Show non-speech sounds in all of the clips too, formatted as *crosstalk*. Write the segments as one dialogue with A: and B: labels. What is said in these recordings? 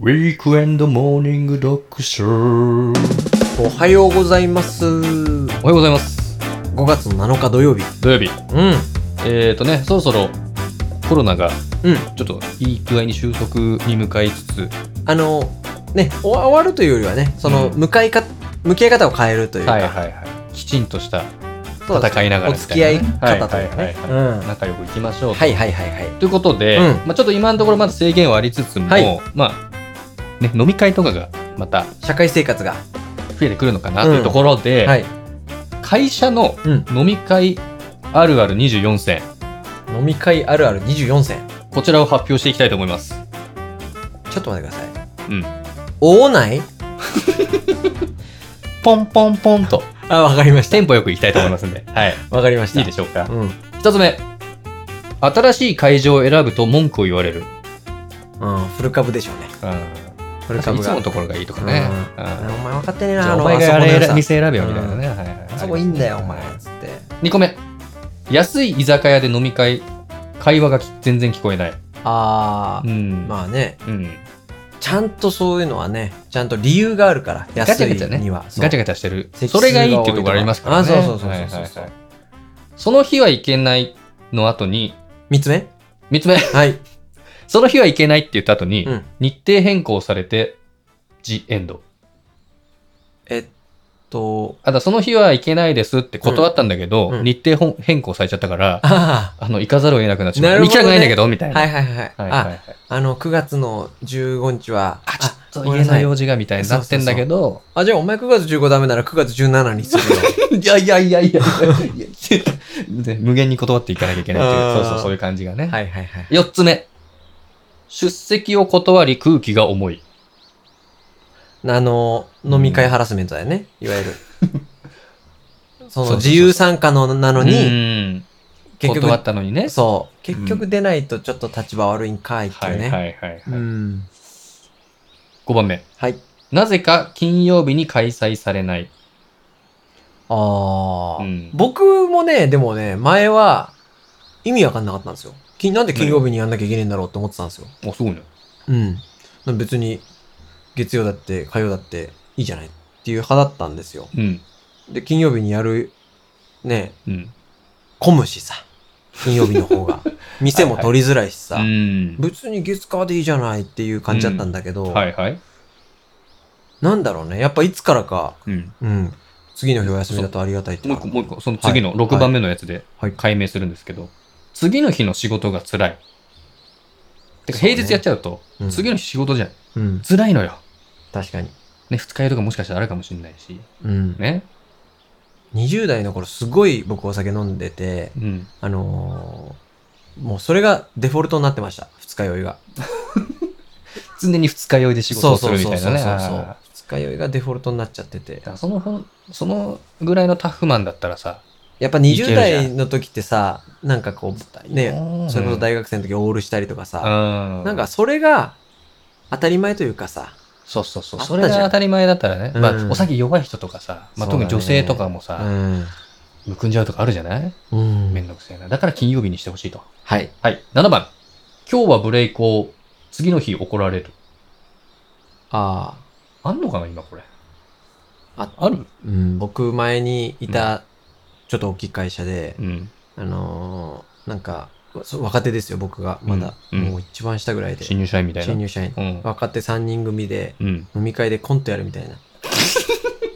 A: ウィークエンドモーニングドッグショー。
B: おはようございます。5
A: おはようございます。
B: 月の7日土曜日。
A: 土曜日。
B: うん。
A: えっ、ー、とね、そろそろコロナが
B: うん。
A: ちょっといい具合に収束に向かいつつ、
B: あの、ね、終わ終わるというよりはね、その、
A: うん
B: 向かいか、向き合い方を変えるというか、
A: いはい。きちんとした
B: そうです
A: 戦いながら
B: お
A: み
B: 付
A: た
B: き合
A: い
B: い
A: なね
B: 方というか
A: はい
B: ね。
A: はい
B: うん。は
A: 仲良くいきましょうと。
B: いはいはいはい。
A: ということで、
B: うん
A: まあ、ちょっと今のところまだ制限はありつつも、
B: はい
A: まあ、ね、飲み会とかがまた
B: 社会生活が。
A: 増えてくるのかなというところで、
B: はい。
A: 会社の
B: うん。
A: 飲み会あるある24選、
B: 飲み会あるある24選。
A: こちらを発表していきたいと思います。
B: ちょっと待ってください。
A: うん。
B: おおない
A: ポンポンポンと、
B: あ、わかりまし
A: *laughs* テンポよくいきたいと思います *laughs* んで、はい。
B: た。わかりました。
A: いいでしょうか。
B: うん。
A: 一つ目。新しい会場を選ぶと文句を言われる。
B: うん。フル株でしょうね。
A: うん。
B: フル
A: いつも
B: 株が。
A: のところがいいとかね。うん。
B: お前分かってねえ
A: じゃあ
B: な、あ
A: お
B: の、
A: 前
B: あそ
A: が
B: こ
A: あ
B: の良
A: れ
B: さ
A: 店選べよみたいなね。はいはい
B: あそこいいんだよ、お前。つって。
A: 2個目安い居酒屋で飲み会会話がき全然聞こえない
B: ああ、
A: ん
B: まあね。
A: うん、
B: ちゃんとそういうのはね、ちゃんと理由があるから、
A: ガチ
B: 安
A: ャ
B: い
A: ガチャね
B: には。そう
A: ガチャガチャしてる
B: 席数
A: それがいいっていうところありますからね
B: が多いとかあそうそうそうそう
A: はいはいはいその日はいけないの後に
B: 三つ目
A: 3つ目 *laughs*
B: はい。
A: その日はいけないって言った後に、
B: うん
A: 日程変更されてジエンド
B: えっと、
A: あとその日はいけないですって断ったんだけど、
B: うんうん
A: 日程ほん変更されちゃったから、
B: あ
A: あの行かざるを得なくなっちゃ
B: な
A: う、行
B: るほ
A: き
B: ど
A: たく
B: ね
A: ないんだけどみたい
B: あ、
A: な、
B: はいはいはい。
A: はいはいは
B: あ、
A: い
B: あの、9月の15日は、
A: あちょっと
B: ごめ
A: 家
B: んなさ
A: の
B: い
A: 用事がみたいになってんだけど
B: あ、じゃあお前9月15ダメなら9月17にする
A: *laughs*
B: よ。
A: いやいやいやいやね無限に断っていかなきゃいけないっていう、
B: あー
A: そうそう、そういう感じが *laughs* ね。
B: はいはいはい。
A: 4つ目。出席を断り空気が重い。
B: あの、飲み会ハラスメントだよね、いわゆる。
A: *laughs* そ
B: そ
A: うそうそう
B: の自由参加のなのに、
A: に、
B: 結
A: 断っ
B: 局、
A: たのにね。
B: そう、結局出ないとちょっと立場悪いんかいって
A: はいいうは
B: ね。
A: いはい、はい
B: うん。
A: 5番目。
B: はい。
A: なぜか金曜日に開催されない。
B: あ
A: う
B: あ、
A: ん
B: 僕もね、でもね、前は意味わかんなかったんですよ。きなんで金曜日にやんなきゃいけないんだろうって思ってたんですよ。
A: お、すごいね。
B: うん。なん別に月曜だって火曜だっていいじゃないっていう派だったんですよ。
A: うん。
B: で、金曜日にやる、ね、
A: うん。
B: 混むしさ。金曜日の方が。
A: *laughs*
B: 店も取りづらいしさ。
A: うん。
B: 別に月火でいいじゃないっていう感じだったんだけど、
A: はいはい。
B: なんだろうね。やっぱいつからか、
A: うん。
B: うん。次の日お休みだとありがたいって
A: もう一個、もう一個、その次の
B: はい
A: 6番目のやつで
B: はい
A: 解明するんですけど、次の日の仕事が辛い。てか平日やっちゃうと、
B: うん
A: 次の日仕事じゃん。
B: うん。
A: 辛いのよ。
B: 確かに。
A: ね、二日酔いとかもしかしたらあるかもしれないし、
B: うん。
A: ね。
B: 20代の頃すごい僕お酒飲んでて、
A: うん。
B: あのーもうそれがデフォルトになってました。二日酔いが。
A: 常に二日酔いで仕事をするみたいなね。
B: そうそうそうそう
A: あ
B: 二日酔いがデフォルトになっちゃってて
A: ーだか。らそのほん、そのぐらいのタフマンだったらさ、
B: やっぱ
A: いけるじ
B: 20
A: ゃん
B: 代の時ってさ、なんかこう、ね、
A: うん
B: それこそ大学生の時オールしたりとかさ、
A: うん。
B: なんか、それが当たり前というかさ、
A: そうそうそう。
B: あった
A: それ
B: じゃ
A: が
B: ん
A: 当たり前だったらね。
B: うん
A: まあ、お酒弱い人とかさ、まあ、
B: そう
A: 特
B: だ
A: に
B: ね
A: 女性とかも
B: う
A: さ、
B: ん。
A: むくんじゃうとかあるじゃない
B: うん
A: めんどくせえな。だから金曜日にしてほしいと。
B: はい。
A: はい。7番。今日はブレイクを、次の日怒られる。
B: あ
A: あんのかな今これ。
B: あ
A: ある
B: あ、うん、僕前にいた、ちょっと大きい会社で、
A: うん。
B: あのーなんか、そう若手ですよ、僕が。まだ、
A: うんうん
B: もう一番下ぐらいで。
A: 新入社員みたいな。
B: 新入社員。
A: うん。
B: 若手3人組で
A: うん。
B: 飲み会でコントやるみた
A: *laughs*
B: いな。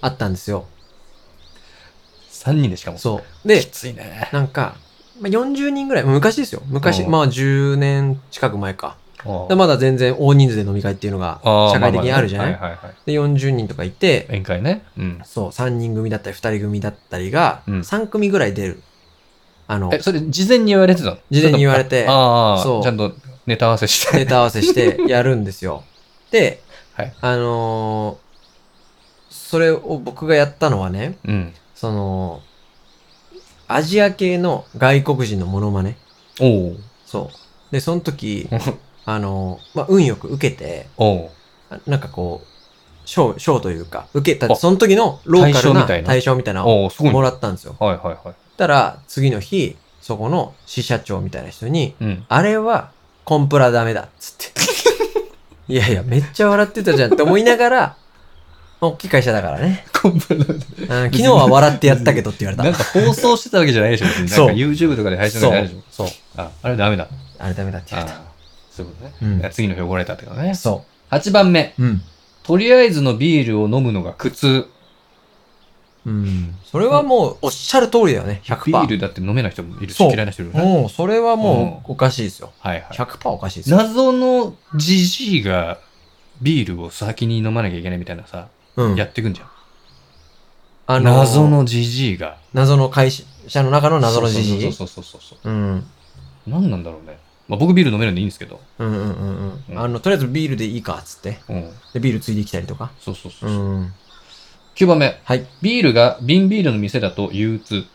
B: あったんですよ。
A: 3人でしかも。
B: そう。で
A: き、ついね。
B: なんか、まあ、40人ぐらい、昔ですよ。昔、
A: うん
B: まあ10年近く前か。
A: あ
B: でまだ全然大人数で飲み会っていうのが
A: あー
B: 社会的にあるじゃない、
A: まあまあねはいはいはい、
B: で、40人とかいて、
A: 宴会ね。うん。
B: そう、3人組だったり2人組だったりが、
A: うん
B: 3組ぐらい出る。あの
A: え、、それ事前に言われてたの
B: 事前に言われ
A: ちょ
B: て
A: っとああ、
B: そう
A: ちゃんとネタ合わせして。
B: ネタ合わせしてやるんですよ。で、
A: はい
B: あのーそれを僕がやったのはね、
A: *laughs* うん。
B: その、アジア系の外国人のモノマネ。
A: おう
B: そう。で、その時、あのーまあ、運よく受けて、
A: おう
B: あなんかこう、賞、賞というか、受け
A: あ
B: た、その時のローカ
A: 大
B: ル
A: 賞みたい
B: な
A: な
B: 対象みたいなのを
A: おうすごいね。
B: も
A: はい
B: らったんですよ。
A: はいは
B: たら、次の日、そこの支社長みたいな人に、
A: い。うん。
B: あれはコンプラダメだ、っつって。いやいや、めっちゃ笑ってたじゃんって思いながら、大きい会社だからね。
A: こんばんは。
B: うん昨日は笑ってやったけどって言わ
A: なん
B: れ
A: か放送してたわけじゃないでしょ。別に
B: そう
A: なんか YouTube とかで
B: た。
A: 配信と
B: そ
A: かじゃないでし
B: う
A: ょ。。
B: そう。
A: あ、あれダメだ。
B: あれダメだって言われた。
A: あーそういうことね。
B: うん
A: いや次の日怒られたってことね。
B: そ
A: 8番目。
B: う。うん。
A: とりあえずのビールを飲むのが苦痛。
B: うん。それはもう、おっしゃる通りだよね。100%。
A: ビールだって飲めない人もいるし、
B: そう
A: 嫌いな人いるよね。
B: もう、それはもう、おかしいですよ。
A: はいはい。
B: 100%おかしいですよ。
A: 謎のじじいがビールを先に飲まなきゃいけないみたいなさ、
B: うん
A: やってくんじゃん。
B: あのー
A: 謎。のじじいが。
B: 謎の会社の中の謎のじじい。
A: そうそうそうそうそう
B: うん。うん
A: そう。何なんだろうね。まあ僕ビール飲めるんでいいんですけど。
B: うんうん
A: う
B: うんん。あの、とりあえずビールでいいか、つって。
A: うん。
B: で、ビールついできたりとか。
A: そうそうそううそう。
B: ん。
A: 9番目。
B: はい。
A: ビールが瓶ビールの店だと憂鬱。い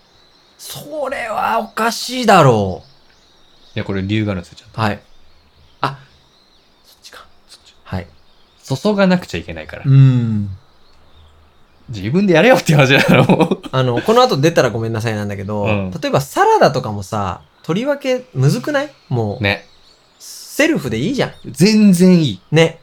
B: それはおかしいだろ
A: や、これ理由があるんですよ、ちゃんと
B: う。はい。あ、そっちか。
A: そっち
B: はい。
A: 注がなくちゃいけないから。
B: ん。
A: 自分でやれよっていう話だろ、もう
B: あの、この後出たらごめんなさいなんだけど、
A: うん
B: 例えばサラダとかもさ、とりわけむずくないもう、
A: ね。
B: セルフでいいじゃん。
A: 全然いい。
B: ね。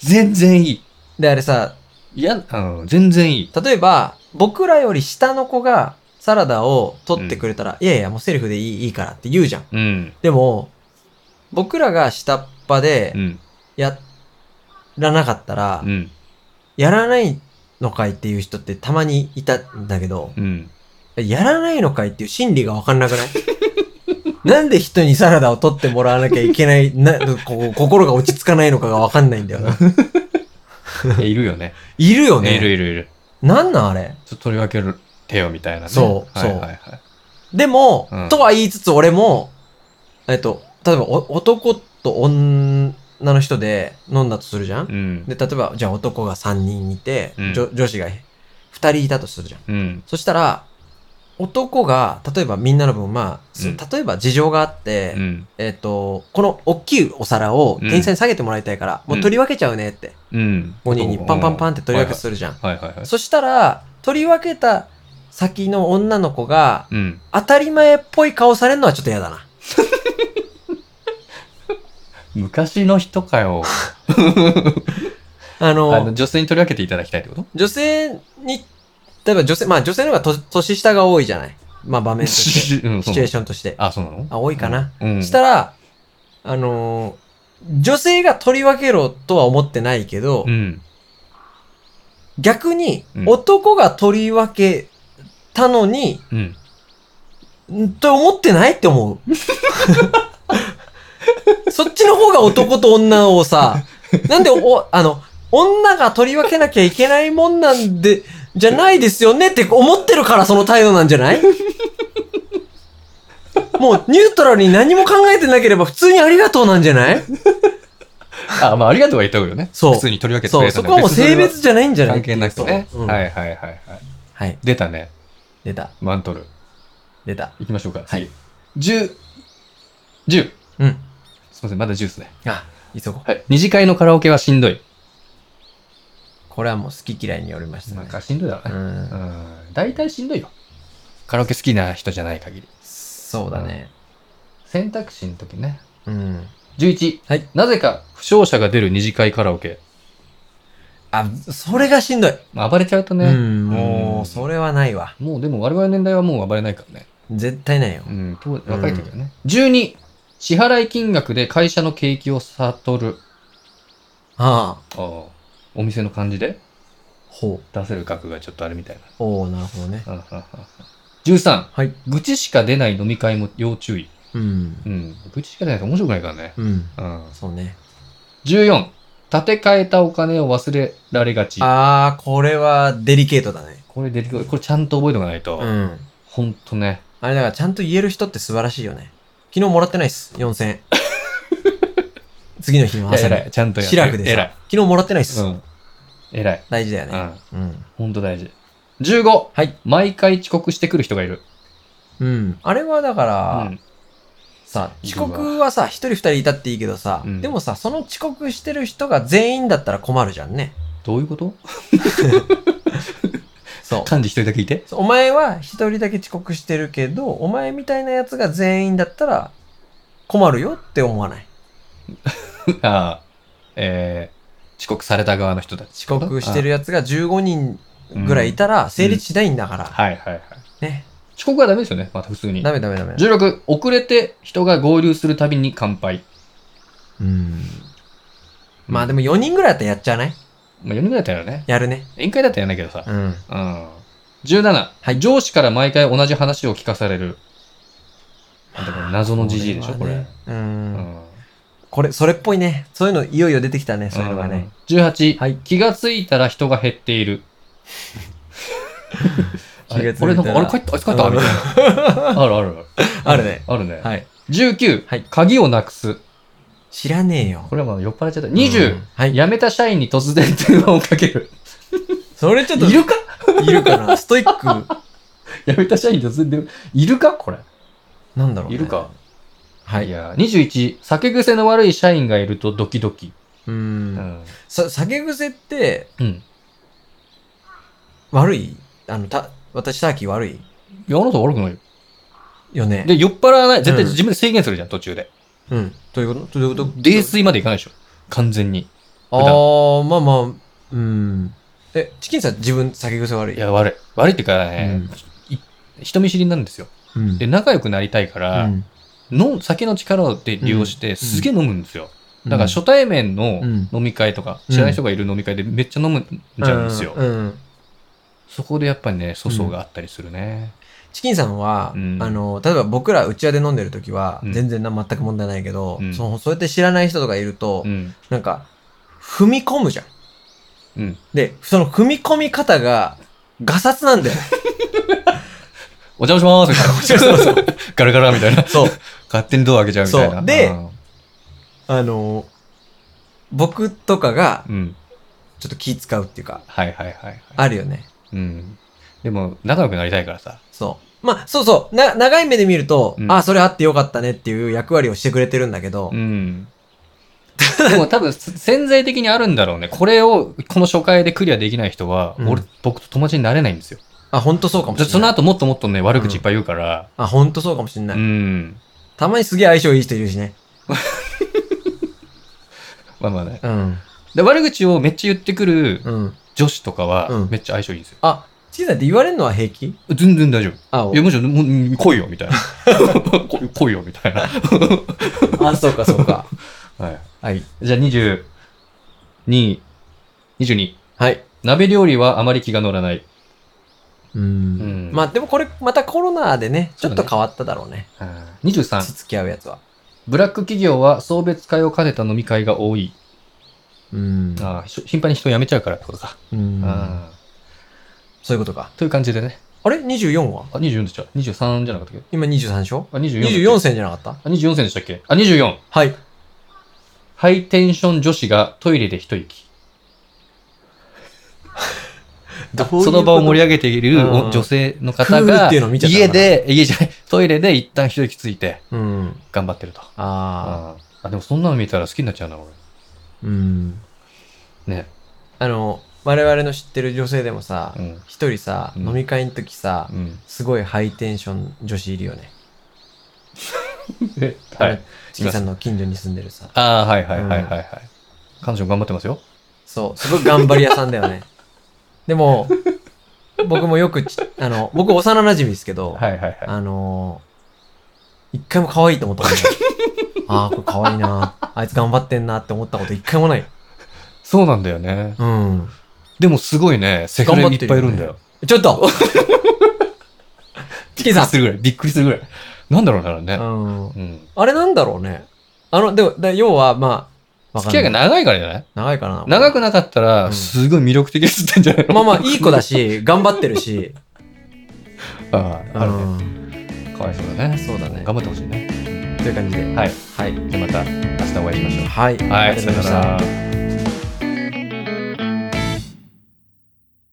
A: 全然いい。
B: で、あれさ、
A: いや、うん、全然いい。
B: 例えば、僕らより下の子がサラダを取ってくれたら、いやいや、もうセルフでいいいいからって言うじゃん。
A: うん。
B: でも、僕らが下っ端で
A: うん。
B: やらなかったら、
A: うん。
B: やらないのかいっていう人ってたまにいたんだけど、 *laughs*
A: うん。
B: やらないのかいっていう心理がわかんなくない *laughs* なんで人にサラダを取ってもらわなきゃいけない、なこう心が落ち着かないのかがわかんないんだよな。
A: いやいるよね。
B: いるよ
A: ね
B: ね。
A: いるいるいる。
B: なんなんあれ。
A: ちょっと取り分ける手よみたいなね。
B: そう
A: はい
B: そう
A: はいはい。
B: でも、
A: うん
B: とは言いつつ俺も、えっと、例えばお男と女の人で飲んだとするじゃん、
A: うん。
B: で、例えば、じゃあ男が3人いて、
A: うん
B: 女女子が2人いたとするじゃん。
A: うん。
B: そしたら、男が、例えばみんなの分、まあ、そ
A: うん
B: 例えば事情があって、
A: うん。
B: えっ、と、この大きいお皿を店員さんに下げてもらいたいから、
A: うん
B: もう取り分けちゃうねって、
A: うん。
B: 5人にパンパンパンって取り分けす
A: る。
B: るじゃん。
A: はいはいはいはい。
B: そしたら、取り分けた先の女の子が、
A: うん。
B: 当たり前っぽい顔されるのはちょっと嫌だな。
A: 昔の人かよ。
B: あの、
A: あの、女性に取り分けていただきたいってこと
B: 女性に、例えば女性、まあ女性の方がと年下が多いじゃない。まあ場面
A: *laughs*
B: として、
A: うん、
B: シチュエーションとして。
A: あ、そうなの
B: あ、多いかな。
A: うん。
B: したら、あのー女性が取り分けろとは思ってないけど、
A: うん。
B: 逆に
A: うん
B: 男が取り分けたのに、
A: うん。
B: んと思ってないっ
A: *laughs*
B: て思う。そっちの方が男と女をさ、なんでお、あの、女が取り分けなきゃいけないもんなんで、じゃないですよねって思ってるからその態度なんじゃない
A: *laughs*
B: もうニュートラルに何も考えてなければ普通にありがとうなんじゃない
A: あ、まあ、ありがとうは言った方がいいよね。
B: そう
A: 普通に取り分けてく
B: そ
A: れ
B: う、
A: た
B: そ
A: んだ
B: こはもう性別じゃないんじゃない
A: 関係なくね。
B: そううん
A: はいはいはいはい。
B: はい。
A: 出たね。
B: 出た、
A: マントル。
B: 出た。
A: いきましょうか。
B: はい
A: 次。10。10。
B: うん。
A: すいません、まだ10ですね。
B: あ、急ごう。
A: はい。二次会のカラオケはしんどい。
B: これはもう好き嫌いによりました
A: な
B: ね
A: ん。かしんどいだろうね。
B: う。
A: うんん。大体しんどいよ。カラオケ好きな人じゃない限り。
B: そうだね。
A: 選択肢の時ね。
B: うん。
A: 11。
B: はい。
A: なぜか、負傷者が出る二次会カラオケ。
B: あ、それがしんどい。
A: まあ、暴れちゃうとね。
B: うん、もう、それはないわ。
A: もうでも我々の年代はもう暴れないからね。
B: 絶対ないよ
A: う。ん、当若い時はね。12、支払い金額で会社の景気を悟る。
B: ああ。
A: ああお店の感じで
B: ほう。
A: 出せる額がちょっとあるみたいな。
B: おおなるほどね。
A: うんうんうんうん13、 *laughs*
B: はい。
A: 愚痴しか出ない飲み会も要注意。
B: うん
A: う。ん、愚痴しか出ないと面白くないからね。
B: うん。
A: うん、
B: そうね。
A: 14、立て替えたお金を忘れられがち。
B: ああ、これはデリケートだね。
A: これ出てくる。これちゃんと覚えておかないと。
B: うん。
A: ほんとね。
B: あれだから、ちゃんと言える人って素晴らしいよね。昨日もらってないっす。4000円。 *laughs* 次の日の
A: いや
B: 朝に
A: 偉。い。ちゃんとや
B: シラフで
A: 偉
B: さ
A: い。、
B: 昨日もらってないっす。
A: うん。偉い。
B: 大事だよ
A: う
B: ね。
A: ん。
B: うん。
A: ほんと大事。15、
B: はい。
A: 毎回遅刻してくる人がいる。
B: うん。あれはだから、
A: うん
B: さ、
A: い
B: 遅
A: るわ
B: 刻はさ、一人二人いたっていいけどさ、
A: うん
B: でもさ、その遅刻してる人が全員だったら困るじゃんね。
A: どういうこと
B: そう。
A: 漢字一人だけいて
B: そうお前は一人だけ遅刻してるけど、お前みたいなやつが全員だったら困るよって思わない。
A: ああ。えー遅刻された側の人たち。
B: 遅刻してるやつが15人ぐらいいたら成立しないんだから。
A: はいはいはい。
B: ね。
A: 遅刻はダメですよね、また普通に。
B: ダメダメダメ。
A: 16、遅れて人が合流するたびに乾杯。
B: うん。まあでも4人ぐらいだったらやっちゃわない
A: まあ、4人ぐらいだったよね。
B: やるね。
A: 宴会だったらやんないけどさ。
B: うん。
A: うん。17、上司から毎回同じ話を聞かされる。なんだこれ謎のじじいでしょ、これ。
B: う。
A: うんん
B: これ、それっぽいね。そういうの、いよいよ出てきたね、そういうのがね。
A: うん。18、
B: はい
A: 気がついたら人が減ってい
B: *laughs*
A: る。あ
B: 気が
A: れ
B: つい
A: こ
B: たら
A: れなんか、あれ帰った、あいつ帰った
B: うん
A: みたいな。あるある。
B: *laughs* あるね。
A: あるね。
B: はい。
A: 19、
B: はい
A: 鍵をなくす。
B: 知らねえよ。
A: これはまあ酔っ払っちゃった。20、
B: うんはい。
A: 辞めた社員に突然電話をかける。
B: それちょっと、
A: いるか
B: いるかな。ストイック、
A: 辞めた社員に突然電話。いるかこれ。
B: なんだろう、ね。
A: いるか。
B: はいい。
A: やー、21、酒癖の悪い社員がいるとドキドキ。
B: う。
A: うんん。
B: さ、酒癖って、
A: うん。
B: 悪いあの、た、私、ターキー悪い
A: いや、あなた悪くないよ。
B: よね。
A: で、酔っ払わない。絶対
B: うん
A: 自分で制限するじゃん、途中で。
B: うん。どういうことどういうこと
A: 泥酔までいかないでしょ。完全に。
B: あ
A: 段
B: ー、まあまあ、うん。え、チキンさん自分酒癖悪い
A: いや、悪い。悪いっていうかね、い人見知りなんですよ。
B: うん。
A: で、仲良くなりたいか
B: う
A: ら、
B: ん、
A: の酒の力をで利用して、すげえ飲むんですよ。だから初対面の
B: うん
A: 飲み会とか、知らない人がいる飲み会でめっちゃ飲むんじゃうんですよ。
B: うんうん
A: そこでやっぱりね、粗相があったりするね。
B: チキンさんは、
A: うん
B: あの、例えば僕ら内輪で飲んでる時は、
A: うん
B: 全然な、全く問題ないけど、
A: うん
B: その、そうやって知らない人とかいると、
A: うん。
B: なんか、踏み込むじゃん。
A: うん。
B: で、その踏み込み方が、ガサ
A: *laughs*
B: ツなんだよ。
A: お邪魔し
B: *laughs*
A: ますみたいな。ガラガラみたいな。
B: そう。
A: 勝手にドア開けちゃうみたいな。
B: そうで
A: うん
B: あの、僕とかが、
A: うん。
B: ちょっと気使うっていうか、
A: はいはいはいはい。
B: あるよね。
A: うん。でも、仲良くなりたいからさ。
B: そう。まあ、そうそう。な、長い目で見ると、
A: うん
B: あ、それあってよかったねっていう役割をしてくれてるんだけど、
A: うん。 *laughs* でも多分潜在的にあるんだろうね。これをこの初回でクリアできない人は、
B: うん
A: 俺、僕と友達になれないんですよ。
B: あ、ほんとそうかもしれない。
A: その後もっともっとね、悪口いっぱい言うから、
B: あ、ほんとそうかもしれ
A: う
B: ない。
A: ん。
B: たまにすげえ相性いい人いるしね。
A: まあまあね。
B: うん。
A: で悪口をめっちゃ言ってくる
B: うん。
A: 女子とか
B: う
A: は
B: ん、
A: めっちゃ相性いいんですよ。
B: あ、チキンさんって言われるのは平気
A: 全然大丈夫。
B: あ
A: いや、むしろ、もう来いよ、み
B: *laughs*
A: たいな。来い来いよ、みたいな。
B: あ、そうかそうか。
A: はい。
B: *laughs* はい。
A: じゃあ、22、22。
B: はい。
A: 鍋料理はあまり気が乗らない。
B: う
A: うん
B: ん。まあ、でもこれ、またコロナでね、ち
A: そ
B: ょ
A: う
B: っ
A: だね
B: と変わっただろうね。
A: あー23。
B: 付き合うやつは。
A: ブラック企業は送別会を兼ねた飲み会が多い。
B: うん
A: ああひ頻繁に人を辞めちゃうからってことか。
B: うん
A: ああ
B: そういうことか。
A: という感じでね。
B: あれ ?24 は
A: あ、24でした。23じゃなかったっけ
B: 今23でしょ
A: あ、24だっけ。
B: ?24 戦じゃなかった
A: あ、24戦でしたっけあ、24。
B: はい。
A: ハイテンション女子がトイレで一息。その場を盛り上げている
B: うん
A: 女性の方が、
B: クールっていうのを見ちゃった
A: 家
B: のかな
A: で、家じゃない、トイレで一旦一息ついて
B: 上げうん。
A: 頑張ってると。
B: ああ。
A: ああ。あ、でもそんなの見たら好きになっちゃうな、俺。
B: うん。
A: ね。
B: あの、我々の知ってる女性でもさ
A: う、ん。
B: 一、人さ、
A: うん
B: 飲み会の時さ、
A: うん。
B: すごいハイテンション女子いるよね。
A: え *laughs*
B: あ
A: は
B: の
A: い。
B: チキさんの近所に住んでるさ。
A: ああ、はいはいはいはいはい。彼女も頑張ってますよ。
B: そう、すごい頑張り屋さんだよね。 *laughs* でも、僕もよくち、あの、僕幼馴染ですけど、
A: はいはいはい。
B: あのー一回も可愛いと思ったことない。 *laughs* ああ、これ可愛いな。あいつ頑張ってんなって思ったこと一回もない。
A: そうなんだよね。
B: うん。
A: でもすごいね、セフレいっぱいいるんだよ。
B: ちょっとチキンさ
A: *laughs*
B: ん
A: びっくりするぐらい、びっくりするぐらい。なんだろうねあれね。
B: うん。
A: うん。
B: あれなんだろうね。あの、でも、だ要は、まあ、わか
A: 付
B: ん
A: き合い
B: な
A: が長
B: い
A: いからじゃない
B: 長いかな。
A: 長くなかった
B: う
A: ら、
B: ん
A: すごい魅力的ですってんじゃないの
B: まあまあ、いい
A: *laughs*
B: 子だし、頑張ってるし。
A: ああ、あるね。
B: うん
A: かわいそうだね。
B: そうだね
A: 頑張ってほしいね。
B: という感じで。
A: はい。
B: はい。
A: じゃあまた明日お会いしましょ
B: はい。
A: う。は
B: あ
A: い、
B: りが
A: さ
B: とうござい
A: よ
B: ま
A: な
B: した
A: ら。